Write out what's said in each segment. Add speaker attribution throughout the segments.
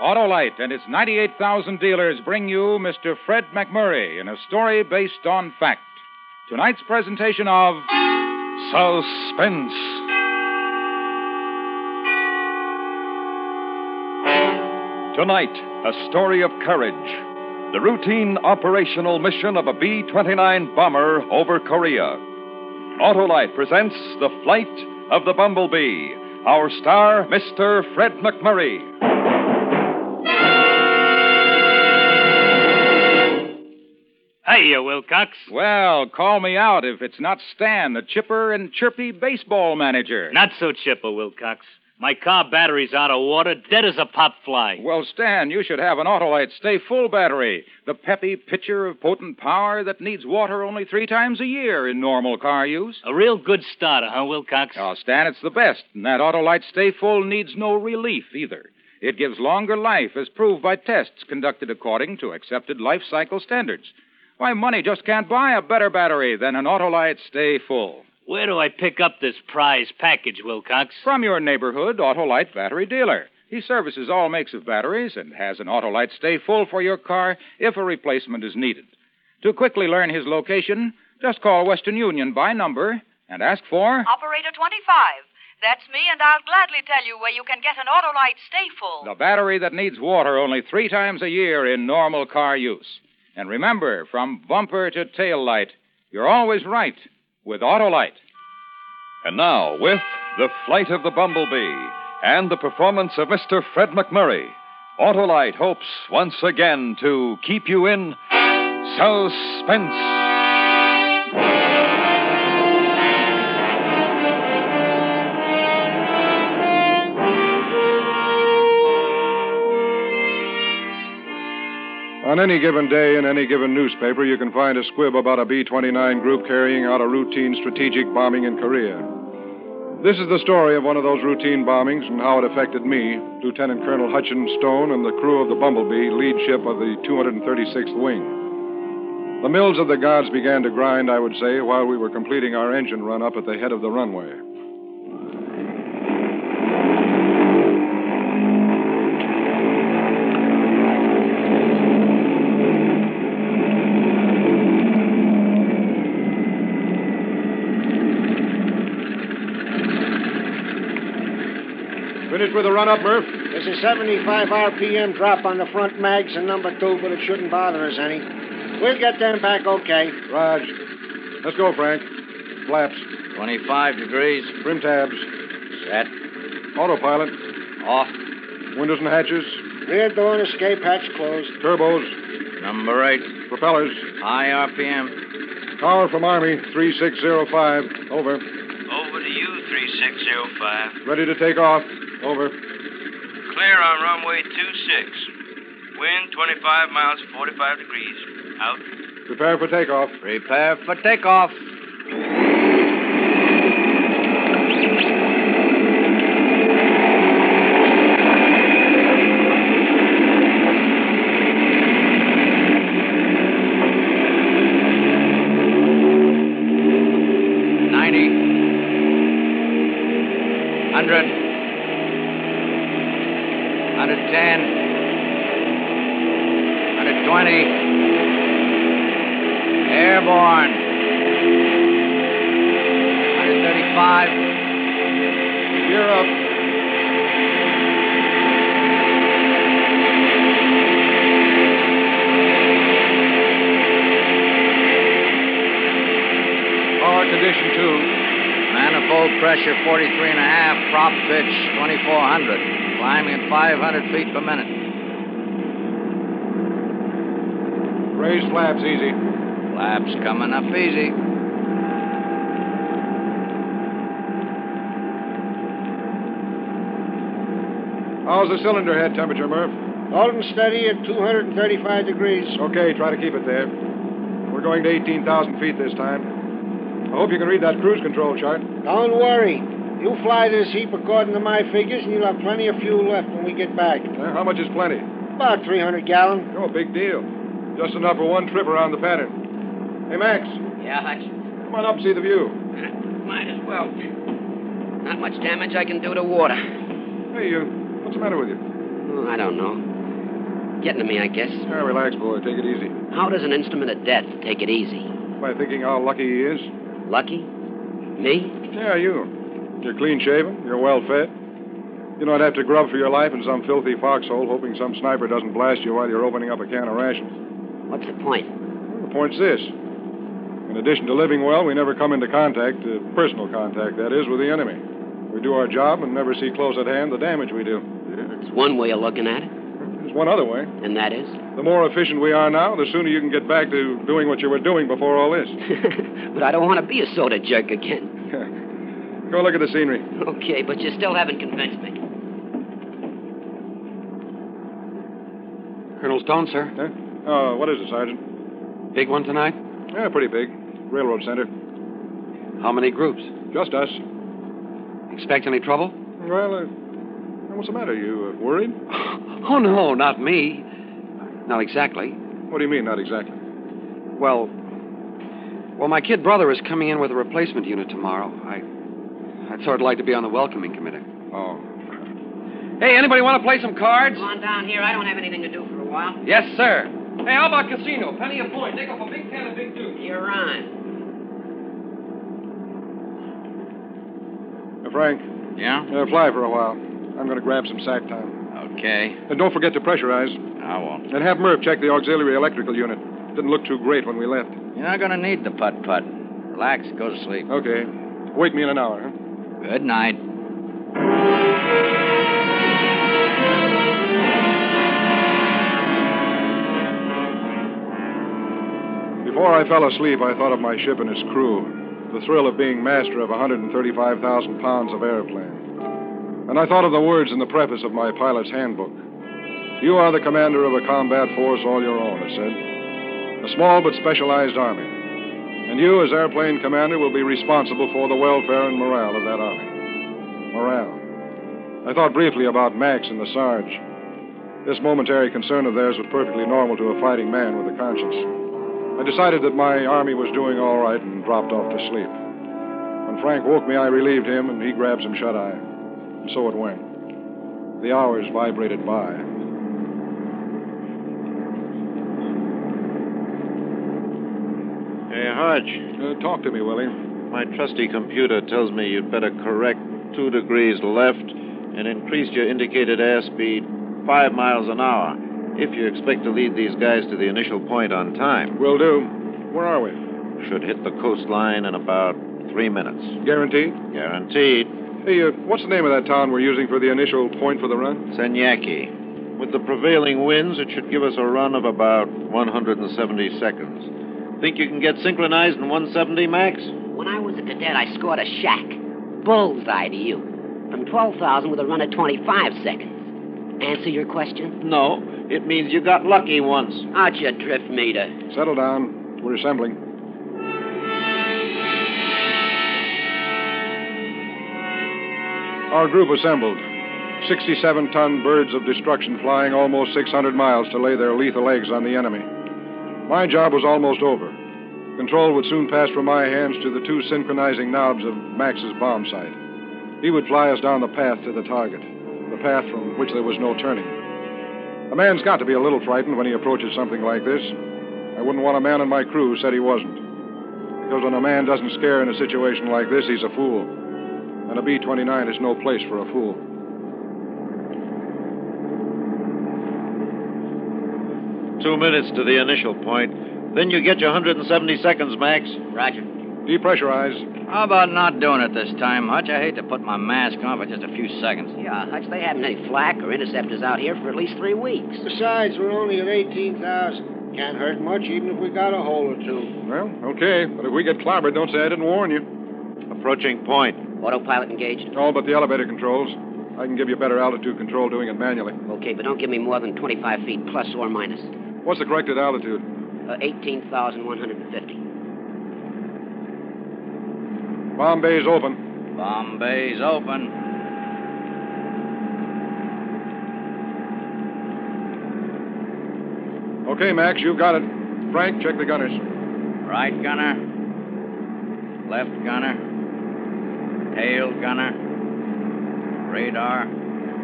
Speaker 1: Autolite and its 98,000 dealers bring you Mr. Fred McMurray in a story based on fact. Tonight's presentation of Suspense.
Speaker 2: Tonight, a story of courage. The routine operational mission of a B 29 bomber over Korea. Autolite presents The Flight of the Bumblebee. Our star, Mr. Fred McMurray.
Speaker 3: Hiya, Wilcox.
Speaker 1: Well, call me out if it's not Stan, the chipper and chirpy baseball manager.
Speaker 3: Not so chipper, Wilcox. My car battery's out of water, dead as a pop fly.
Speaker 1: Well, Stan, you should have an Autolite Stay Full battery, the peppy pitcher of potent power that needs water only three times a year in normal car use.
Speaker 3: A real good starter, huh, Wilcox?
Speaker 1: Oh, Stan, it's the best, and that Autolite Stay Full needs no relief either. It gives longer life, as proved by tests conducted according to accepted life cycle standards. Why, money just can't buy a better battery than an Autolite Stay Full.
Speaker 3: Where do I pick up this prize package, Wilcox?
Speaker 1: From your neighborhood Autolite battery dealer. He services all makes of batteries and has an Autolite Stay Full for your car if a replacement is needed. To quickly learn his location, just call Western Union by number and ask for.
Speaker 4: Operator 25. That's me, and I'll gladly tell you where you can get an Autolite Stay Full.
Speaker 1: The battery that needs water only three times a year in normal car use. And remember, from bumper to tail light, you're always right with Autolite.
Speaker 2: And now, with The Flight of the Bumblebee and the performance of Mr. Fred McMurray, Autolite hopes once again to keep you in suspense.
Speaker 5: On any given day in any given newspaper, you can find a squib about a B 29 group carrying out a routine strategic bombing in Korea. This is the story of one of those routine bombings and how it affected me, Lieutenant Colonel Hutchin Stone, and the crew of the Bumblebee, lead ship of the 236th Wing. The mills of the gods began to grind, I would say, while we were completing our engine run up at the head of the runway. Finished with the run up, Murph?
Speaker 6: There's a 75 RPM drop on the front mags in number two, but it shouldn't bother us any. We'll get them back okay.
Speaker 5: Raj. Let's go, Frank. Flaps,
Speaker 7: 25 degrees.
Speaker 5: trim tabs,
Speaker 7: Set.
Speaker 5: autopilot,
Speaker 7: Off.
Speaker 5: windows and hatches,
Speaker 6: Rear door and escape hatch closed.
Speaker 5: turbos,
Speaker 7: Number 8.
Speaker 5: propellers.
Speaker 7: High RPM.
Speaker 5: Power from Army 3605. Over.
Speaker 8: Over to you, 3605.
Speaker 5: Ready to take off. Over.
Speaker 8: Clear on runway 26. Wind 25 miles, 45 degrees. Out.
Speaker 5: Prepare for takeoff.
Speaker 7: Prepare for takeoff. Ninety. Hundred. Hundred ten. Hundred twenty. Airborne. 135.
Speaker 5: Gear up. Power condition two.
Speaker 7: Manifold pressure 43 and a half. Prop pitch 2400. Climbing at 500 feet per minute.
Speaker 5: Raise flaps easy.
Speaker 7: Flaps coming up easy.
Speaker 5: How's the cylinder head temperature, Murph?
Speaker 6: Holding steady at 235 degrees.
Speaker 5: Okay, try to keep it there. We're going to 18,000 feet this time. I hope you can read that cruise control chart.
Speaker 6: Don't worry. You fly this heap according to my figures, and you'll have plenty of fuel left when we get back.
Speaker 5: Huh? How much is plenty?
Speaker 6: About 300 gallon.
Speaker 5: Oh, big deal. Just enough for one trip around the pattern. Hey, Max,
Speaker 9: Yeah, Hutch.
Speaker 5: come on up and see the view.
Speaker 9: Might as well. Not much damage I can do to water.
Speaker 5: Hey, you. uh, What's the matter with you?
Speaker 9: Oh, I don't know. Getting to me, I guess.
Speaker 10: Yeah, Ah, relax, boy. Take it easy.
Speaker 9: How does an instrument of death take it easy?
Speaker 10: By thinking how lucky he is.
Speaker 9: Lucky? Me?
Speaker 10: Yeah, you. You're clean shaven. You're well fed. You don't have to grub for your life in some filthy foxhole hoping some sniper doesn't blast you while you're opening up a can of rations.
Speaker 9: What's the point?
Speaker 10: The point's this. In addition to living well, we never come into contact, uh, personal contact, that is, with the enemy. We do our job and never see close at hand the damage we do.
Speaker 9: It's one way of looking at it.
Speaker 10: There's one other way.
Speaker 9: And that is?
Speaker 10: The more efficient we are now, the sooner you can get back to doing what you were doing before all this.
Speaker 9: But I don't want to be a soda jerk again.
Speaker 10: Go look at the scenery.
Speaker 9: Okay, but you still haven't convinced me.
Speaker 11: Colonel Stone, sir.
Speaker 10: Uh, what is it, Sergeant?
Speaker 11: Big one tonight?
Speaker 10: Yeah, pretty big. Railroad Center.
Speaker 11: How many groups?
Speaker 10: Just us.
Speaker 11: Expect any trouble?
Speaker 10: Well, uh, what's the matter? You uh, worried?
Speaker 11: Oh, no, not me. Not exactly.
Speaker 10: What do you mean, not exactly?
Speaker 11: Well, well, my kid brother is coming in with a replacement unit tomorrow. I, I'd sort of like to be on the welcoming committee.
Speaker 10: Oh.
Speaker 11: Hey, anybody want to play some cards?
Speaker 12: Come on down here. I don't have anything to do for a while.
Speaker 11: Yes, sir.
Speaker 12: Hey, how about casino? Penny a point. Nickel for big ten and big two. You're on.
Speaker 10: Uh, Frank.
Speaker 3: Yeah?
Speaker 10: Uh, fly for a while. I'm going to grab some sack time.
Speaker 3: Okay.
Speaker 10: And don't forget to pressurize.
Speaker 3: I won't.
Speaker 10: And have Merv check the auxiliary electrical unit. Didn't look too great when we left.
Speaker 3: You're not going to need the putt putt. Relax, go to sleep.
Speaker 10: Okay. Wake me in an hour, huh?
Speaker 3: Good night.
Speaker 10: Before I fell asleep, I thought of my ship and its crew, the thrill of being master of 135,000 pounds of airplane. And I thought of the words in the preface of my pilot's handbook You are the commander of a combat force all your own, it said. A small but specialized army. And you, as airplane commander, will be responsible for the welfare and morale of that army. Morale. I thought briefly about Max and the Sarge. This momentary concern of theirs was perfectly normal to a fighting man with a conscience. I decided that my army was doing all right and dropped off to sleep. When Frank woke me, I relieved him, and he grabbed some shut eye. And so it went. The hours vibrated by.
Speaker 6: Hey, Hodge.
Speaker 10: Uh, talk to me, Willie.
Speaker 6: My trusty computer tells me you'd better correct two degrees left and increase your indicated airspeed five miles an hour if you expect to lead these guys to the initial point on time.
Speaker 10: Will do. Where are we?
Speaker 6: Should hit the coastline in about three minutes.
Speaker 10: Guaranteed?
Speaker 6: Guaranteed.
Speaker 10: Hey, uh, what's the name of that town we're using for the initial point for the run?
Speaker 6: Senyaki. With the prevailing winds, it should give us a run of about 170 seconds. Think you can get synchronized in 170, Max?
Speaker 9: When I was a cadet, I scored a shack. Bullseye to you. From 12,000 with a run of 25 seconds. Answer your question?
Speaker 6: No. It means you got lucky once.
Speaker 9: Out your drift meter.
Speaker 10: Settle down. We're assembling. Our group assembled. 67 ton birds of destruction flying almost 600 miles to lay their lethal eggs on the enemy. My job was almost over. Control would soon pass from my hands to the two synchronizing knobs of Max's bomb sight. He would fly us down the path to the target, the path from which there was no turning. A man's got to be a little frightened when he approaches something like this. I wouldn't want a man in my crew who said he wasn't. Because when a man doesn't scare in a situation like this, he's a fool. And a B 29 is no place for a fool.
Speaker 6: Two minutes to the initial point. Then you get your 170 seconds, Max.
Speaker 3: Roger.
Speaker 10: Depressurize.
Speaker 3: How about not doing it this time, Hutch? I hate to put my mask on for just a few seconds.
Speaker 9: Yeah, Hutch, they haven't any flak or interceptors out here for at least three weeks.
Speaker 13: Besides, we're only at 18,000. Can't hurt much, even if we got a hole or two.
Speaker 10: Well, okay, but if we get clobbered, don't say I didn't warn you.
Speaker 6: Approaching point.
Speaker 9: Autopilot engaged.
Speaker 10: All but the elevator controls. I can give you better altitude control doing it manually.
Speaker 9: Okay, but don't give me more than 25 feet, plus or minus.
Speaker 10: What's the corrected altitude?
Speaker 9: Uh, 18,150.
Speaker 10: Bomb bay's open.
Speaker 3: Bombay's open.
Speaker 10: Okay, Max, you got it. Frank, check the gunners.
Speaker 3: Right gunner. Left gunner. Tail gunner. Radar.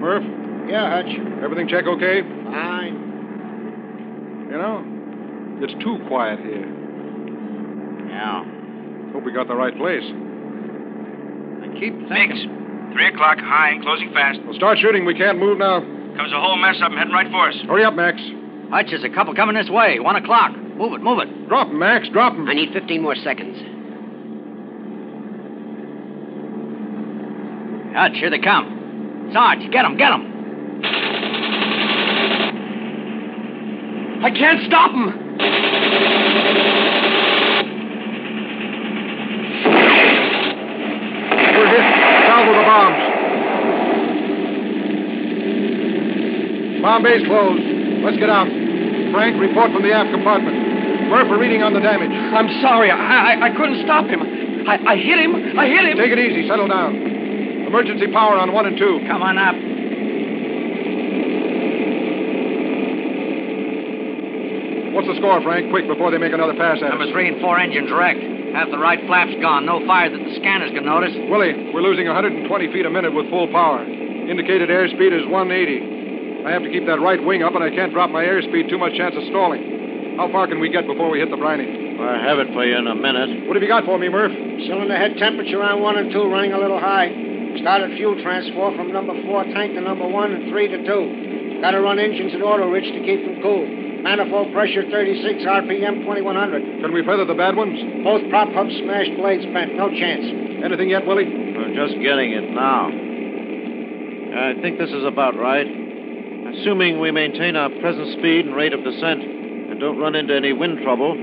Speaker 10: Murph?
Speaker 13: Yeah, Hutch.
Speaker 10: Everything check okay?
Speaker 13: Fine.
Speaker 10: You know, it's too quiet here.
Speaker 3: Yeah.
Speaker 10: Hope we got the right place.
Speaker 3: I keep
Speaker 8: Mix. Three o'clock, high and closing fast.
Speaker 10: Well, start shooting. We can't move now.
Speaker 8: Comes a whole mess up and heading right for us.
Speaker 10: Hurry up, Max.
Speaker 3: Hutch, there's a couple coming this way. One o'clock. Move it, move it.
Speaker 10: Drop him, Max. Drop him.
Speaker 9: I need 15 more seconds.
Speaker 3: Hutch, here they come. Sarge, get 'em, get 'em.
Speaker 11: I can't stop him.
Speaker 10: We're hit. Down with the bombs. Bomb bay's closed. Let's get out. Frank, report from the aft compartment. Murph, reading on the damage.
Speaker 11: I'm sorry. I, I, I couldn't stop him. I, I hit him. I hit him.
Speaker 10: Take it easy. Settle down. Emergency power on one and two.
Speaker 3: Come on up.
Speaker 10: What's the score, Frank? Quick, before they make another pass at
Speaker 3: Number
Speaker 10: us.
Speaker 3: three and four engines wrecked. Half the right flap's gone. No fire that the scanners can notice.
Speaker 10: Willie, we're losing 120 feet a minute with full power. Indicated airspeed is 180. I have to keep that right wing up, and I can't drop my airspeed. Too much chance of stalling. How far can we get before we hit the briny?
Speaker 6: I have it for you in a minute.
Speaker 10: What have you got for me, Murph?
Speaker 13: Cylinder head temperature on one and two running a little high. Started fuel transfer from number four tank to number one and three to two. Got to run engines at auto rich to keep them cool. Manifold pressure 36 RPM 2100.
Speaker 10: Can we feather the bad ones?
Speaker 13: Both prop hubs smashed, blades bent. No chance.
Speaker 10: Anything yet, Willie?
Speaker 6: I'm just getting it now. I think this is about right. Assuming we maintain our present speed and rate of descent and don't run into any wind trouble,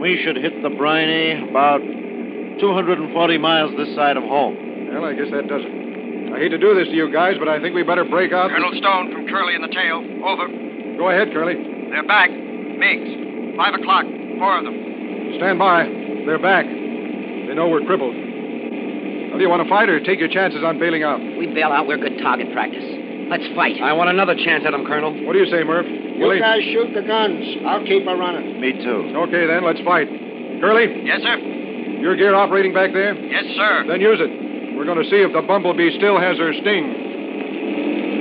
Speaker 6: we should hit the briny about 240 miles this side of home.
Speaker 10: Well, I guess that does it. I hate to do this to you guys, but I think we better break out.
Speaker 14: Colonel Stone from Curly in the tail. Over.
Speaker 10: Go ahead, Curly.
Speaker 14: They're back. Miggs. Five o'clock. Four of them.
Speaker 10: Stand by. They're back. They know we're crippled. Now, do you want to fight or take your chances on bailing out?
Speaker 9: We bail out, we're good target practice. Let's fight.
Speaker 11: I want another chance at him, Colonel.
Speaker 10: What do you say, Murph?
Speaker 13: You guys shoot the guns. I'll keep her running.
Speaker 6: Me too.
Speaker 10: Okay, then, let's fight. Curly,
Speaker 14: Yes, sir.
Speaker 10: your gear operating back there?
Speaker 14: Yes, sir.
Speaker 10: Then use it. We're going to see if the bumblebee still has her sting.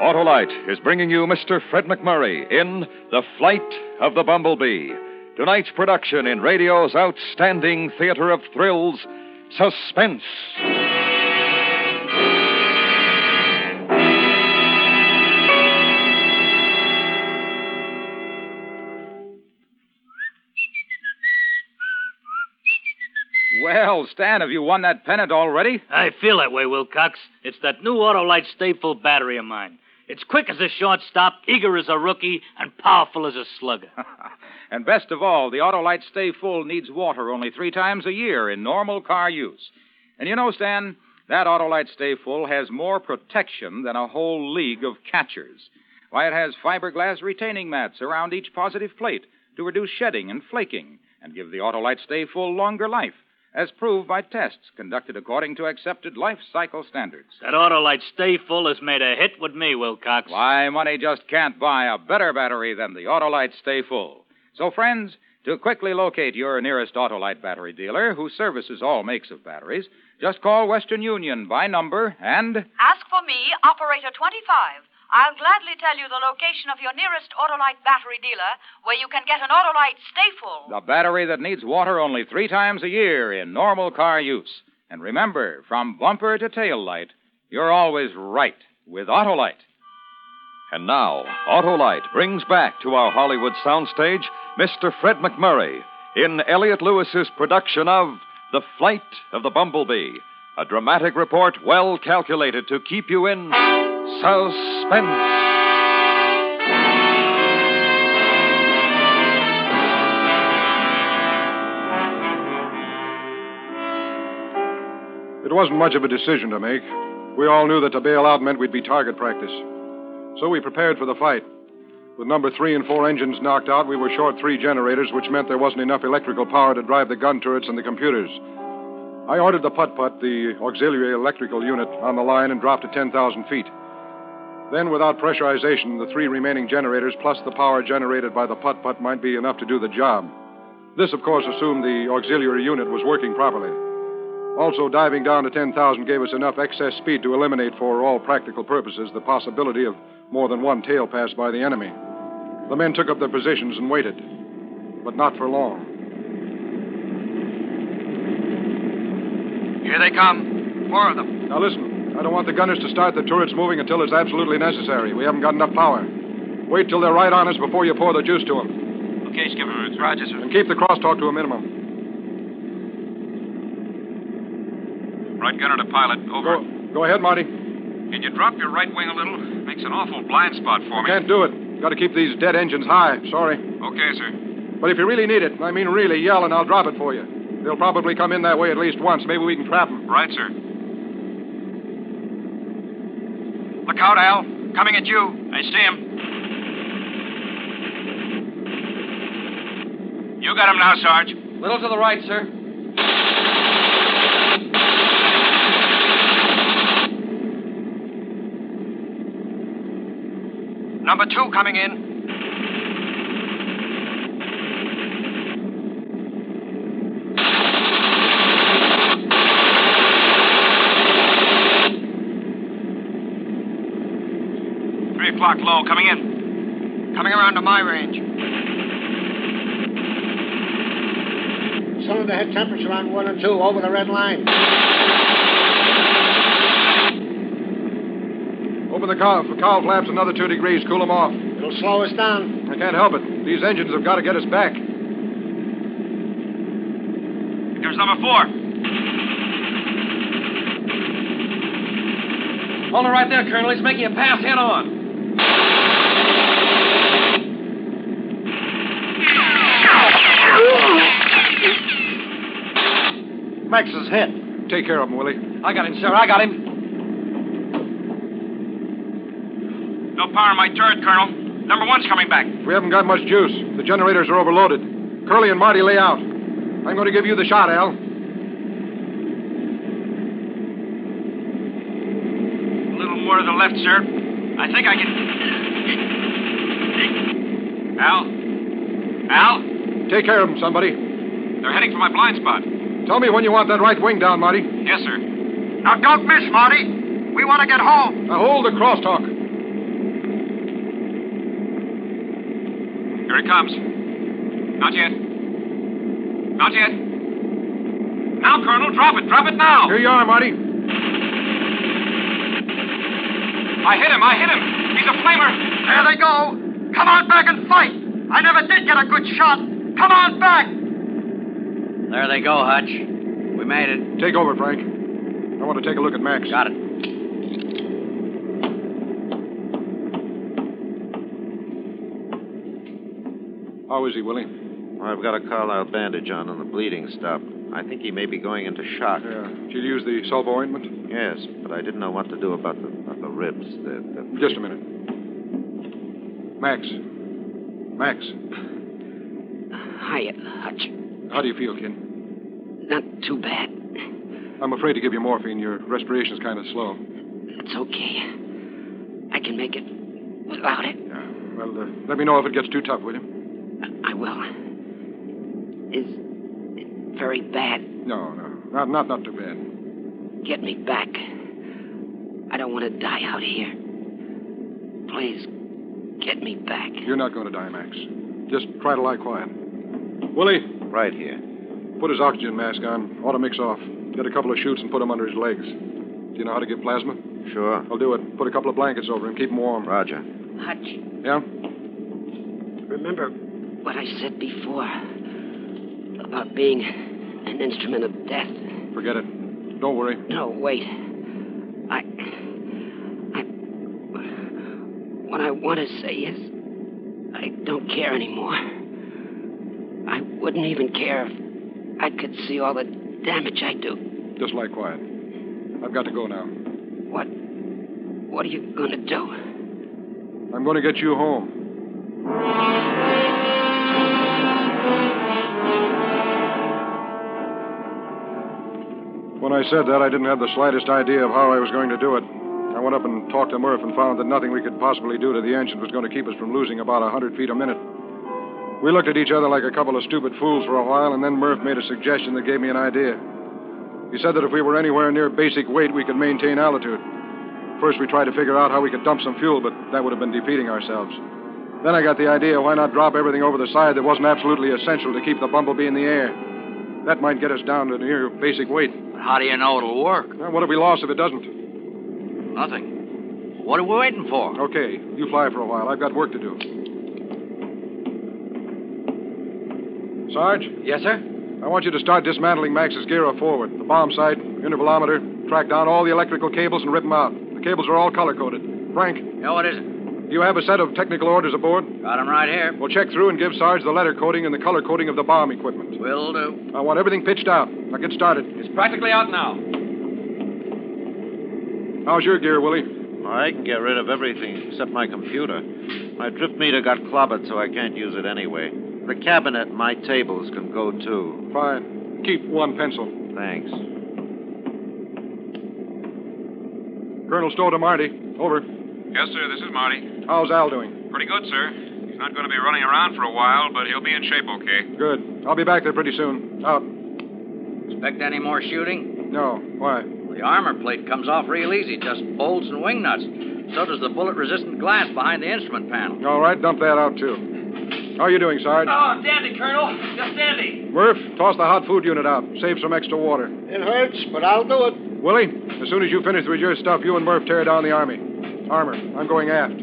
Speaker 2: Autolite is bringing you Mr. Fred McMurray in The Flight of the Bumblebee. Tonight's production in radio's outstanding theater of thrills, Suspense.
Speaker 1: Well, Stan, have you won that pennant already?
Speaker 15: I feel that way, Wilcox. It's that new Autolite staple battery of mine. It's quick as a shortstop, eager as a rookie, and powerful as a slugger.
Speaker 1: And best of all, the Autolite Stay Full needs water only three times a year in normal car use. And you know, Stan, that Autolite Stay Full has more protection than a whole league of catchers. Why, it has fiberglass retaining mats around each positive plate to reduce shedding and flaking and give the Autolite Stay Full longer life, as proved by tests conducted according to accepted life cycle standards.
Speaker 15: that Autolite Stay Full has made a hit with me, Wilcox.
Speaker 1: Why, money just can't buy a better battery than the Autolite Stay Full. So, friends, to quickly locate your nearest Autolite battery dealer who services all makes of batteries, just call Western Union by number and
Speaker 4: Ask for me, Operator 25. I'll gladly tell you the location of your nearest Autolite battery dealer where you can get an Autolite Stayful.
Speaker 1: the battery that needs water only three times a year in normal car use. And remember, from bumper to tail light, you're always right with Autolite.
Speaker 2: And now, Autolite brings back to our Hollywood soundstage Mr. Fred McMurray in Elliot Lewis's production of The Flight of the Bumblebee, a dramatic report well calculated to keep you in suspense.
Speaker 10: It wasn't much of a decision to make. We all knew that to bail out meant we'd be target practice. So we prepared for the fight. With number three and four engines knocked out, we were short three generators, which meant there wasn't enough electrical power to drive the gun turrets and the computers. I ordered the putt putt, the auxiliary electrical unit, on the line and dropped to 10,000 feet. Then, without pressurization, the three remaining generators plus the power generated by the putt putt might be enough to do the job. This, of course, assumed the auxiliary unit was working properly. Also, diving down to 10,000 gave us enough excess speed to eliminate, for all practical purposes, the possibility of more than one tail pass by the enemy. The men took up their positions and waited, but not for long.
Speaker 14: Here they come. Four of them.
Speaker 10: Now, listen, I don't want the gunners to start the turrets moving until it's absolutely necessary. We haven't got enough power. Wait till they're right on us before you pour the juice to them,
Speaker 14: Okay, Skipper Roots. Roger, sir.
Speaker 10: and keep the crosstalk to a minimum.
Speaker 16: Right gunner to pilot. Over.
Speaker 10: Go ahead, Marty.
Speaker 16: Can you drop your right wing a little? Makes an awful blind spot for me.
Speaker 10: Can't do it. Got to keep these dead engines high. Sorry.
Speaker 16: Okay, sir.
Speaker 10: But if you really need it, I mean really, yell and I'll drop it for you. They'll probably come in that way at least once. Maybe we can trap them.
Speaker 16: Right, sir.
Speaker 14: Look out, Al. Coming at you.
Speaker 16: I see him.
Speaker 14: You got him now, Sarge.
Speaker 12: Little to the right, sir.
Speaker 14: Number two coming in.
Speaker 16: Three o'clock low, coming in.
Speaker 14: Coming around to my range.
Speaker 13: Cylinder head temperature on one and two over the red line.
Speaker 10: Open the cow, cow flaps another two degrees. Cool them off.
Speaker 13: It'll slow us down.
Speaker 10: I can't help it. These engines have got to get us back.
Speaker 16: Here comes number four.
Speaker 12: Hold it right there, Colonel. He's making a pass head on.
Speaker 10: Max is hit. Take care of him, Willie.
Speaker 12: I got him, sir. I got him.
Speaker 16: No power in my turret, Colonel. Number one's coming back.
Speaker 10: We haven't got much juice. The generators are overloaded. Curly and Marty lay out. I'm going to give you the shot, Al.
Speaker 16: A little more to the left, sir. I think I can. Al? Al?
Speaker 10: Take care of him, somebody.
Speaker 16: They're heading for my blind spot.
Speaker 10: Tell me when you want that right wing down, Marty.
Speaker 16: Yes, sir.
Speaker 14: Now, don't miss, Marty. We want to get home.
Speaker 10: Now hold the crosstalk.
Speaker 16: Here he comes. Not yet. Not yet. Now, Colonel, drop it. Drop it now.
Speaker 10: Here you are, Marty.
Speaker 16: I hit him. I hit him. He's a flamer.
Speaker 14: There they go. Come on back and fight. I never did get a good shot. Come on back.
Speaker 3: There they go, Hutch. We made it.
Speaker 10: Take over, Frank. I want to take a look at Max.
Speaker 3: Got it.
Speaker 10: How Oh, is he, Willie?
Speaker 6: I've got a Carlisle bandage on and the bleeding stopped. I think he may be going into shock.
Speaker 10: Yeah. Did you use the sulfur ointment?
Speaker 6: Yes, but I didn't know what to do about the, about the ribs. The, the...
Speaker 10: Just a minute. Max. Max,
Speaker 9: Hiya, Hutch.
Speaker 10: how do you feel, kid?
Speaker 9: Not too bad.
Speaker 10: I'm afraid to give you morphine. Your respiration's kind of slow.
Speaker 9: It's okay. I can make it without it.
Speaker 10: Well, uh, let me know if it gets too tough, will you?
Speaker 9: I will. Is it very bad?
Speaker 10: No, no. Not, not, not too bad.
Speaker 9: Get me back. I don't want to die out here. Please, get me back.
Speaker 10: You're not going to die, Max. Just try to lie quiet. Willie,
Speaker 6: Right here.
Speaker 10: put his oxygen mask on. Auto mix off. Get a couple of shoots and put him under his legs. Do you know how to give plasma?
Speaker 6: Sure.
Speaker 10: I'll do it. Put a couple of blankets over him. Keep him warm.
Speaker 6: Roger.
Speaker 9: Hutch,
Speaker 10: Yeah?
Speaker 9: remember what I said before about being an instrument of death.
Speaker 10: Forget it. Don't worry.
Speaker 9: No, wait. I. I. What I want to say is. I don't care anymore. I wouldn't even care if I could see all the damage I do.
Speaker 10: Just lie quiet. I've got to go now.
Speaker 9: What are you gonna do?
Speaker 10: I'm going to get you home. When I said that, I didn't have the slightest idea of how I was going to do it. I went up and talked to Murph and found that nothing we could possibly do to the engine was going to keep us from losing about a 100 feet a minute. We looked at each other like a couple of stupid fools for a while, and then Murph made a suggestion that gave me an idea. He said that if we were anywhere near basic weight, we could maintain altitude. First, we tried to figure out how we could dump some fuel, but that would have been defeating ourselves. Then I got the idea why not drop everything over the side that wasn't absolutely essential to keep the bumblebee in the air? That might get us down to near basic weight.
Speaker 3: How do you know it'll work?
Speaker 10: Now, what have we lost if it doesn't?
Speaker 3: Nothing. What are we waiting for?
Speaker 10: Okay, you fly for a while. I've got work to do. Sarge?
Speaker 11: Yes, sir?
Speaker 10: I want you to start dismantling Max's gear up forward. The bomb sight, intervalometer, track down all the electrical cables and rip them out. The cables are all color coded. Frank,
Speaker 3: Yeah, what is it?
Speaker 10: do you have a set of technical orders aboard?
Speaker 3: Got 'em right here.
Speaker 10: We'll check through and give Sarge the letter coding and the color coding of the bomb equipment.
Speaker 3: Will do.
Speaker 10: I want everything pitched out. Now get started.
Speaker 16: It's practically out now.
Speaker 10: How's your gear, Willie?
Speaker 6: I can get rid of everything except my computer. My drift meter got clobbered, so I can't use it anyway. The cabinet and my tables can go too.
Speaker 10: Fine. Keep one pencil.
Speaker 6: Thanks.
Speaker 10: Colonel Stodemarty, over.
Speaker 16: Yes, sir, this is Marty.
Speaker 10: How's Al doing?
Speaker 16: Pretty good, sir. He's not going to be running around for a while, but he'll be in shape okay.
Speaker 10: Good. I'll be back there pretty soon. Out.
Speaker 3: Expect any more shooting?
Speaker 10: No. Why?
Speaker 3: The armor plate comes off real easy, just bolts and wing nuts. So does the bullet resistant glass behind the instrument panel.
Speaker 10: All right, dump that out, too. How are you doing, Sarge?
Speaker 12: Oh, dandy, Colonel. Just dandy.
Speaker 10: Murph, toss the hot food unit out. Save some extra water.
Speaker 13: It hurts, but I'll do it.
Speaker 10: Willie, as soon as you finish with your stuff, you and Murph tear down the army. Armor, I'm going aft.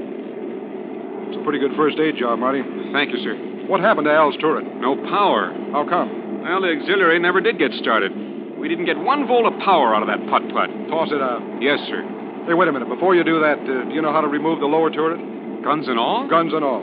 Speaker 10: It's a pretty good first aid job, Marty.
Speaker 16: Thank you, sir.
Speaker 10: What happened to Al's turret?
Speaker 16: No power.
Speaker 10: How come?
Speaker 16: Well, the auxiliary never did get started. We didn't get one volt of power out of that putt putt.
Speaker 10: Toss it out.
Speaker 16: Yes, sir.
Speaker 10: Hey, wait a minute. Before you do that, uh, do you know how to remove the lower turret?
Speaker 16: Guns and all?
Speaker 10: Guns and all.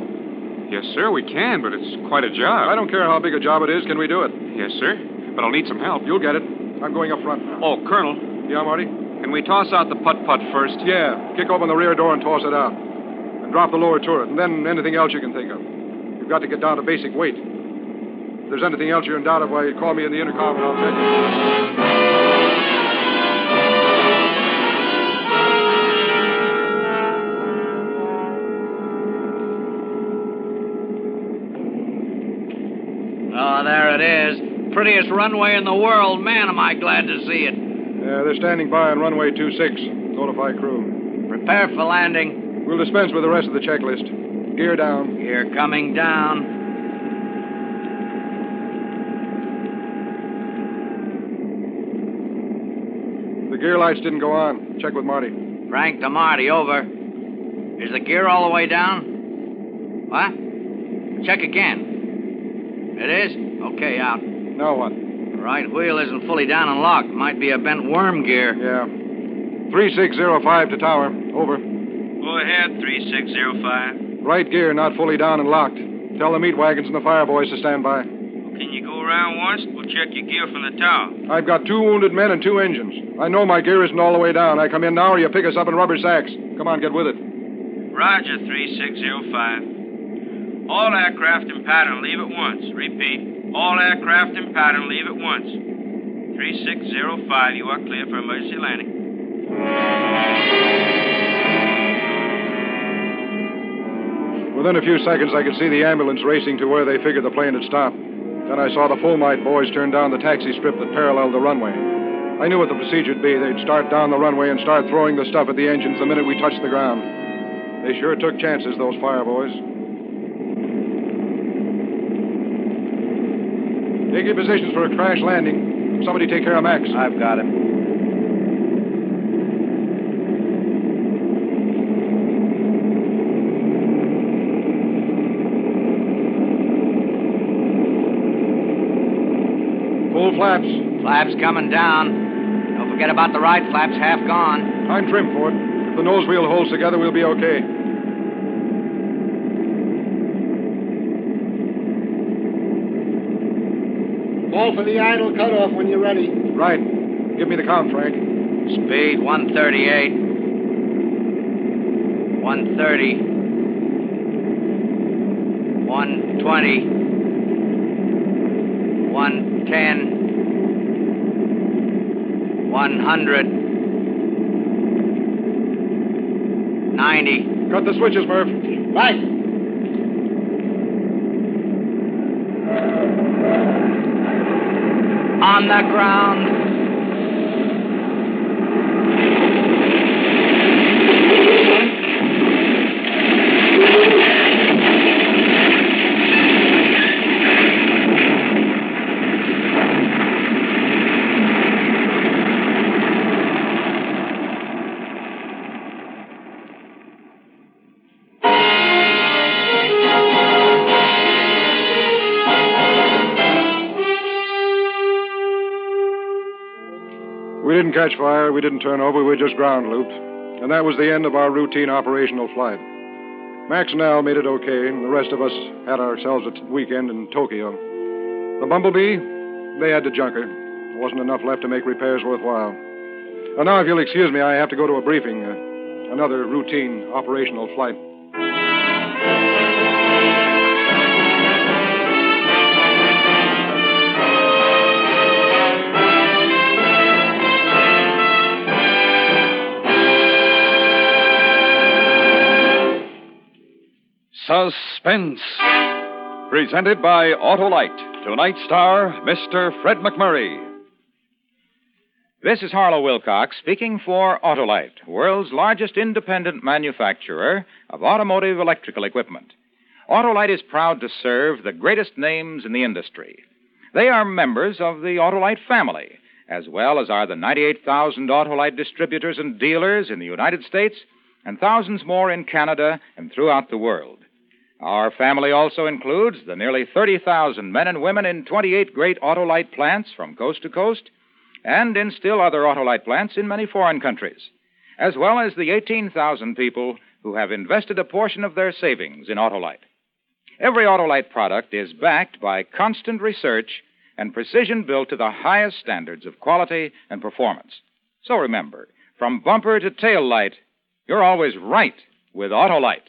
Speaker 16: Yes, sir, we can, but it's quite a job.
Speaker 10: I don't care how big a job it is. Can we do it?
Speaker 16: Yes, sir. But I'll need some help.
Speaker 10: You'll get it. I'm going up front now.
Speaker 16: Oh, Colonel,
Speaker 10: Yeah, Marty?
Speaker 16: can we toss out the putt putt first?
Speaker 10: Yeah. Kick open the rear door and toss it out. And drop the lower turret, and then anything else you can think of. You've got to get down to basic weight. If there's anything else you're in doubt of, why you call me in the intercom and I'll tell you.
Speaker 3: Oh, there it is. Prettiest runway in the world. Man, am I glad to see it.
Speaker 10: Yeah, they're standing by on runway 26. Notify crew.
Speaker 3: Prepare for landing.
Speaker 10: We'll dispense with the rest of the checklist. Gear down.
Speaker 3: You're coming down.
Speaker 10: The gear lights didn't go on. Check with Marty.
Speaker 3: Frank DeMarty, over. Is the gear all the way down? What? Check again. It is? Okay, out.
Speaker 10: Now what?
Speaker 3: Right wheel isn't fully down and locked. Might be a bent worm gear.
Speaker 10: Yeah. 3605 to tower. Over.
Speaker 8: Go ahead, 3605.
Speaker 10: Right gear not fully down and locked. Tell the meat wagons and the fire boys to stand by.
Speaker 8: Can you go around once? We'll check your gear from the tower.
Speaker 10: I've got two wounded men and two engines. I know my gear isn't all the way down. I come in now or you pick us up in rubber sacks. Come on, get with it.
Speaker 8: Roger, 3605. All aircraft in pattern, leave at once. Repeat. All aircraft in pattern, leave at once. 3605, you are clear for emergency landing.
Speaker 10: Within a few seconds, I could see the ambulance racing to where they figured the plane had stopped. Then I saw the Fulmite boys turn down the taxi strip that paralleled the runway. I knew what the procedure'd be. They'd start down the runway and start throwing the stuff at the engines the minute we touched the ground. They sure took chances, those fire boys. Take your positions for a crash landing. Somebody take care of Max.
Speaker 6: I've got him.
Speaker 10: Full flaps.
Speaker 3: Flaps coming down. Don't forget about the right flaps, half gone.
Speaker 10: I'm trim for it. If the nose wheel holds together, we'll be okay.
Speaker 13: Call for the idle cutoff when you're ready.
Speaker 10: Right. Give me the count, Frank.
Speaker 3: Speed 138. 130. 120. 110. 100. 90.
Speaker 10: Cut the switches, Murph.
Speaker 13: Right.
Speaker 3: On the ground.
Speaker 10: We didn't catch fire, we didn't turn over, we were just ground looped. And that was the end of our routine operational flight. Max and Al made it okay, and the rest of us had ourselves a t- weekend in Tokyo. The Bumblebee, they had to junk her. There wasn't enough left to make repairs worthwhile. And now, if you'll excuse me, I have to go to a briefing, uh, another routine operational flight.
Speaker 2: Suspense. Presented by Autolite. Tonight's star, Mr. Fred McMurray.
Speaker 1: This is Harlow Wilcox speaking for Autolite, world's largest independent manufacturer of automotive electrical equipment. Autolite is proud to serve the greatest names in the industry. They are members of the Autolite family, as well as are the 98,000 Autolite distributors and dealers in the United States and thousands more in Canada and throughout the world. Our family also includes the nearly 30,000 men and women in 28 great Autolite plants from coast to coast and in still other Autolite plants in many foreign countries, as well as the 18,000 people who have invested a portion of their savings in Autolite. Every Autolite product is backed by constant research and precision built to the highest standards of quality and performance. So remember, from bumper to tail light, you're always right with Autolite.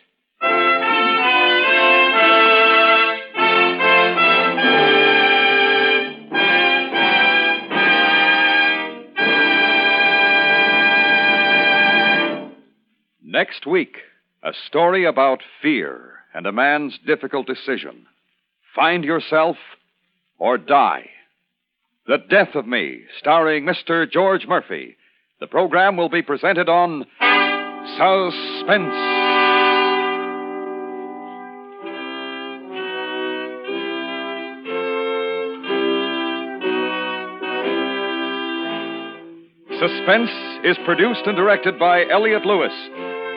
Speaker 2: Next week, a story about fear and a man's difficult decision. Find yourself or die. The Death of Me, starring Mr. George Murphy. The program will be presented on Suspense. Suspense is produced and directed by Elliot Lewis,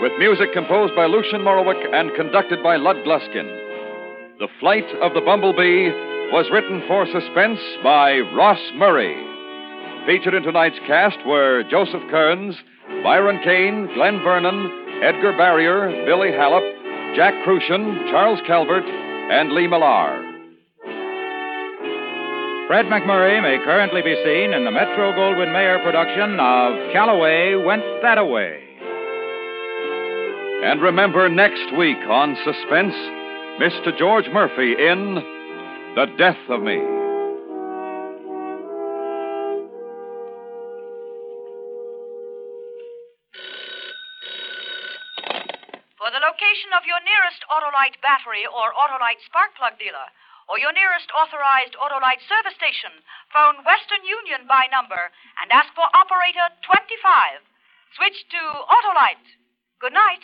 Speaker 2: with music composed by Lucian Morowick and conducted by Lud Gluskin. The Flight of the Bumblebee was written for Suspense by Ross Murray. Featured in tonight's cast were Joseph Kearns, Byron Kane, Glenn Vernon, Edgar Barrier, Billy Hallop, Jack Crucian, Charles Calvert, and Lee Millar.
Speaker 1: Fred McMurray may currently be seen in the Metro Goldwyn Mayer production of Callaway Went That Away.
Speaker 2: And remember next week on Suspense, Mr. George Murphy in The Death of Me.
Speaker 4: For the location of your nearest Autolite battery or Autolite spark plug dealer, or your nearest authorized Autolite service station, phone Western Union by number and ask for operator 25. Switch to Autolite. Good night.